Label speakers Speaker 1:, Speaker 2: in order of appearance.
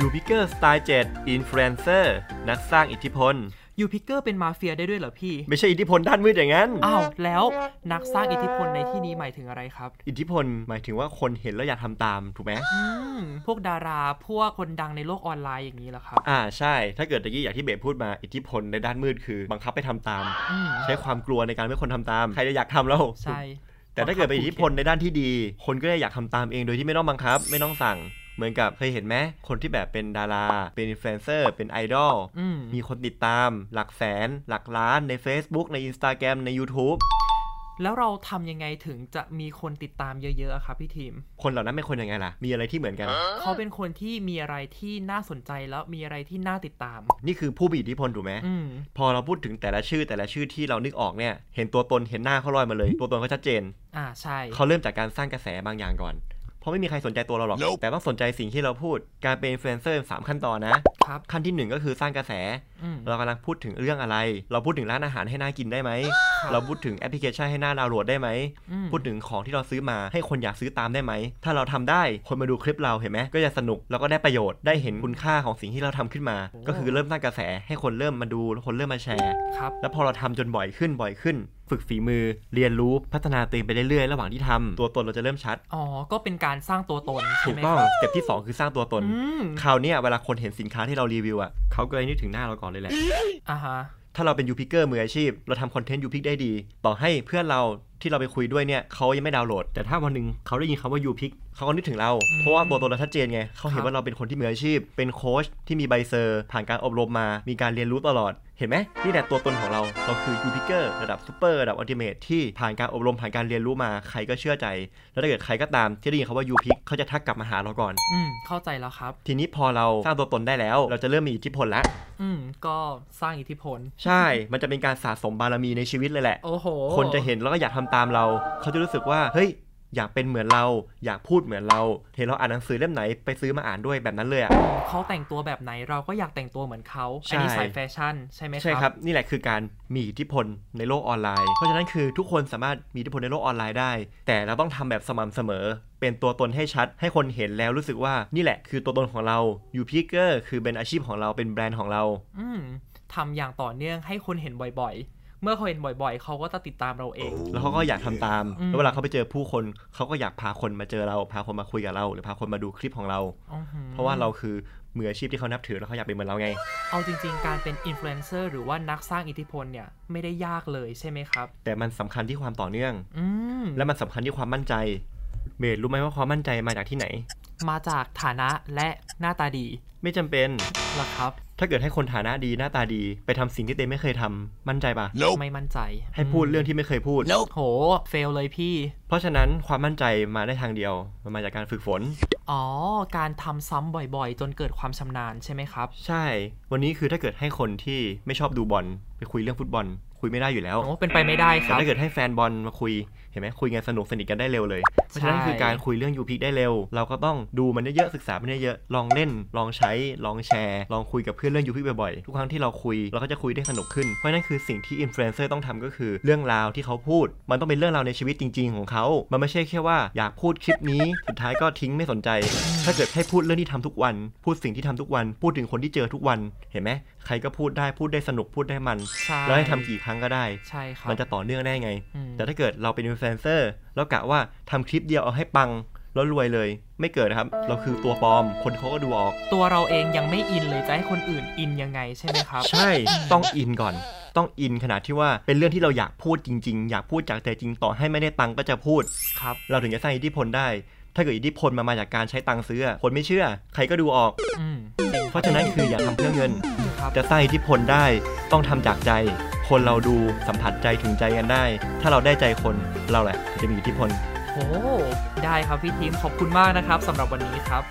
Speaker 1: ยูพิเกอร์สไตล์7อินฟลูเอนเซอร์นักสร้างอิทธิพล
Speaker 2: ยูพิกเกอร์เป็นมาเฟียได้ด้วยเหรอพี่
Speaker 1: ไม่ใช่อิทธิพลด้านมืดอย่างนั้น
Speaker 2: อ้าว แล้วนักสร้างอิทธิพลในที่นี้หมายถึงอะไรครับ
Speaker 1: อิทธิพลหมายถึงว่าคนเห็นแล้วอยากทำตามถูกไหม
Speaker 2: อืม พวกดาราพวกคนดังในโลกออนไลน์อย่างนี้เหรอครับ
Speaker 1: อ่าใช่ ถ้าเกิดตะกี้อย่างที่เบสพูดมาอิทธิพลในด้านมืดคือ บังคับให้ทำตาม
Speaker 2: อืม
Speaker 1: ใช้ความกลัวในการให้คนทำตาม ใครจะอยากทำเรา
Speaker 2: ใช่
Speaker 1: แต่ถ้าเกิดเป็นอิทธิพลในด้านที่ดี คนก็จะอยากทำตามเองโดยที่ไม่ต้องบังคับ ไม่ต้องสั่ง เหมือนกับเคยเห็นไหมคนที่แบบเป็นดารา เป็นอินฟลูเอนเซอร์เป็นไอดอล
Speaker 2: อืม
Speaker 1: มีคนติดตาม หลักแสน หลักล้านใน Facebook ใน Instagram ใน YouTube
Speaker 2: แล้วเราทำยังไงถึงจะมีคนติดตามเยอะๆอะครับพี่ทีม
Speaker 1: คนเหล่านั้นเป็นคนยังไงล่ะ มีอะไรที่เหมือนกัน
Speaker 2: เขาเป็นคนที่มีอะไรที่น่าสนใจแล้วมีอะไรที่น่าติดตาม
Speaker 1: นี่คือผู้มีอิทธิพลถูกไหม
Speaker 2: อืม
Speaker 1: พอเราพูดถึงแต่ละชื่อแต่ละชื่อที่เรานึกออกเนี่ย เห็นตัวตนเห็นหน้าเขาลอยมาเลย ตัวตนเขาชัดเจน
Speaker 2: อ่าใช่
Speaker 1: เขาเริ่มจากการสร้างกระแสบางอย่างก่อน เพราะไม่มีใครสนใจตัวเราหรอก แต่ต้องสนใจสิ่งที่เราพูด การเป็นอินฟลูเอนเซอร์สามขั้นตอนนะ
Speaker 2: ครับ
Speaker 1: ขั้นทีหนึ่งก็คือสร้างกระแส
Speaker 2: อืม
Speaker 1: เรากำลังพูดถึงเรื่องอะไร เราพูดถึงร้านอาหารให้น่ากินได้ ไหม
Speaker 2: ครับ
Speaker 1: เราพูดถึงแอปพลิเคชันให้น่าดาวน์โหลดได้ไหม
Speaker 2: อืม
Speaker 1: พูดถึงของที่เราซื้อมาให้คนอยากซื้อตามได้ไหม ถ้าเราทำได้คนมาดูคลิปเราเห็นไหมก็จะสนุกแล้วก็ได้ประโยชน์ได้เห็นคุณค่าของสิ่งที่เราทำขึ้นมา ก็คือเริ่มสร้างกระแสให้คนเริ่มมาดูแล้วคนเริ่มมาแชร์
Speaker 2: ครับ
Speaker 1: แล้วพอเราทำจนบ่อยขึ้นบ่อยขึ้น ฝึกฝีมือ เรียนรู้พัฒนาตัวเองไปเรื่อยๆ ระหว่างที่ทำตัวตนเราจะเริ่มชัด
Speaker 2: อ๋อ ก็เป็นการสร้างตัวตน
Speaker 1: ถู
Speaker 2: ใช่
Speaker 1: ก
Speaker 2: ไหม
Speaker 1: ต้อง
Speaker 2: ครับ
Speaker 1: สเต็ปที่สองคือสร้างตัวตน
Speaker 2: อืม
Speaker 1: คราวเนี้ยเวลาคนเห็นสินค้าที่เรารีวิวอ่ะเขาก็เลยนึกถึงหน้าเราก่อนเลยแหละ
Speaker 2: อ่าฮะ
Speaker 1: ถ้าเราเป็นยูพิกเกอร์มืออาชีพ เราทำคอนเทนต์ยูพิกได้ดี ต่อให้เพื่อนเราที่เราไปคุยด้วยเนี่ยเขายังไม่ดาวน์โหลด แต่ถ้าวันหนึ่งเขาได้ยินคำว่ายูพิกเขาก็นึกถึงเรา
Speaker 2: อืม
Speaker 1: เพราะว่าตัวตนเราชัดเจนไงเขาเห็
Speaker 2: ค
Speaker 1: น
Speaker 2: รับ
Speaker 1: ว่าเราเป็นคนที่มืออาชีพ เป็นโค้ชที่มีใบเซอร์ ผ่านการอบรมมา มีการเรียนรู้ตลอด เห็นไหมนี่แหละตัวตนของเรา เราคือยูพิกเกอร์ระดับซูเปอร์ระดับอัลติเมทที่ผ่านการอบรมผ่านการเรียนรู้มาใครก็เชื่อใจ แล้วถ้าเกิดใครก็ตามที่ได้ยินคำว่ายูพิกเขาจะทักกลับมาหาเราก่อน
Speaker 2: อืม เข้าใจแล้วครับ
Speaker 1: ทีนี้พอเราสร้างตัวตนได้แล้ว เราจะเริ่มมีอิทธิพลแล้ว
Speaker 2: อืม ก็สร้างอิทธิพล
Speaker 1: ใช่ มันจะเป็นการสะสมบารมีในชีวิตเลยแหละ
Speaker 2: โอ้โห
Speaker 1: คนจะเห็นแล้วก็อยากทำตามเรา เขาจะรู้สึกว่า เฮ้ย อยากเป็นเหมือนเรา อยากพูดเหมือนเรา เห็นเราอ่านหนังสือเล่มไหนไปซื้อมาอ่านด้วยแบบนั้นเลยอ่ะ
Speaker 2: เขาแต่งตัวแบบไหนเราก็อยากแต่งตัวเหมือนเขา
Speaker 1: ใช่
Speaker 2: อันนี้สายแฟชั่นใช่ไหมครับ
Speaker 1: ใช่ครับ นี่แหละคือการมีอิทธิพลในโลกออนไลน์ เพราะฉะนั้นคือทุกคนสามารถมีอิทธิพลในโลกออนไลน์ได้ แต่เราต้องทำแบบสม่ำเสมอ เป็นตัวตนให้ชัด ให้คนเห็นแล้วรู้สึกว่า นี่แหละคือตัวตนของเรา อยู่พีเกอร์คือเป็นอาชีพของเรา เป็นแบรนด์ของเรา
Speaker 2: อืมทำอย่างต่อเนื่องให้คนเห็นบ่อยๆ เมื่อเขาเห็นบ่อยๆ เขาก็จะติดตามเราเอง
Speaker 1: แล้วเขาก็อยากทำตาม
Speaker 2: อืม
Speaker 1: แล้วเวลาเขาไปเจอผู้คน เขาก็อยากพาคนมาเจอเรา พาคนมาคุยกับเรา หรือพาคนมาดูคลิปของเรา
Speaker 2: อื้อหือ
Speaker 1: เพราะว่าเราคือมืออาชีพที่เขานับถือแล้วเขาอยากเป็นเหมือนเราไง
Speaker 2: เอาจริงๆ การเป็นอินฟลูเอนเซอร์หรือว่านักสร้างอิทธิพลเนี่ย ไม่ได้ยากเลยใช่ไหมครับ
Speaker 1: แต่มันสำคัญที่ความต่อเนื่อง
Speaker 2: อืม
Speaker 1: และมันสำคัญที่ความมั่นใจเบสรู้ไหมว่าความมั่นใจมาจากที่ไหน
Speaker 2: มาจากฐานะและหน้าตาดี
Speaker 1: ไม่จำเป็น
Speaker 2: ล่ะครับ
Speaker 1: ถ้าเกิดให้คนฐานะดีหน้าตาดี ไปทำสิ่งที่ตัวเองไม่เคยทำมั่นใจปะ
Speaker 2: ไม่มั่นใจ
Speaker 1: ให้พูดเรื่องที่ไม่เคยพูด
Speaker 2: โห เฟลเลยพี่
Speaker 1: เพราะฉะนั้นความมั่นใจมาได้ทางเดียว มันมาจากการฝึกฝน
Speaker 2: อ๋อ การทำซ้ำบ่อยๆ จนเกิดความชำนาญใช่ไหมครับ
Speaker 1: ใช่ วันนี้คือถ้าเกิดให้คนที่ไม่ชอบดูบอลไปคุยเรื่องฟุตบอล คุยไม่ได้อยู่แล้ว
Speaker 2: โอ้เป็นไปไม่ได้ค
Speaker 1: แต่
Speaker 2: รับ
Speaker 1: ถ้าเกิดให้แฟนบอลมาคุยเห็นไหมคุยกันสนุกสนิทกันได้เร็วเลย เพราะฉะนั้น
Speaker 2: ใช่
Speaker 1: คือการคุยเรื่องยูพิกได้เร็ว เราก็ต้องดูมันเยอะๆศึกษามันเยอะๆลองเล่น ลองใช้ ลองแชร์ ลองคุยกับเพื่อนเรื่องยูพิกบ่อยๆทุกครั้งที่เราคุยเราก็จะคุยได้สนุกขึ้นเพราะนั่นคือสิ่งที่อินฟลูเอนเซอร์ต้องทำก็คือ เรื่องราวที่เขาพูด มันต้องเป็นเรื่องราวในชีวิตจริง ๆ ของเขามันไม่ใช่แค่ว่าอยากพูดคลิปนี้สุดท้ายก็ทิ้งไม่สนใจ ถ้าเกิดให้พูดเรื่องที่ทำทุกวัน พูดสิ่งที่ทำทุกวัน พูดถึงคนที่เจอทุกวันเห็นไหมใครก็พูดได้พูดได้สนุกพูดได้มัน
Speaker 2: ใช่
Speaker 1: แล้วให้ทำกี่ครั้งก็ได้
Speaker 2: ใช่ครับ
Speaker 1: มันจะต่อเนื่องได้ไง
Speaker 2: อืม
Speaker 1: แต่ถ้าเกิดเราเป็นอินฟลูเอนเซอร์แล้วกะว่าทำคลิปเดียวเอาให้ปัง แล้วรวยเลย ไม่เกิดนะครับ เราคือตัวปลอม คนเขาก็ดูออก
Speaker 2: ตัวเราเองยังไม่อินเลยจะให้คนอื่นอินยังไงใช่ไหมครับ
Speaker 1: ใช่ต้องอินก่อน ต้องอินขนาดที่ว่าเป็นเรื่องที่เราอยากพูดจริง ๆ อยากพูดจากใจจริงต่อให้ไม่ได้ตังค์ก็จะพูด
Speaker 2: ครับ
Speaker 1: เราถึงจะสร้างอิทธิพลได้ ถ้าเกิดอิทธิพลมามาจากการใช้ตังค์ซื้อคนไม่เชื่อ ใครก็ดูออก
Speaker 2: อืม
Speaker 1: เพราะฉะนั้นคืออย่าทำเพื่อเงิน
Speaker 2: ครับ
Speaker 1: จะสร้างอิทธิพลได้ต้องทำจากใจ คนเราดูสัมผัสใจถึงใจกันได้ ถ้าเราได้ใจคนเราแหละจะมีอิทธิพล
Speaker 2: โอ้ได้ครับพี่ทีมขอบคุณมากนะครับสำหรับวันนี้ครับ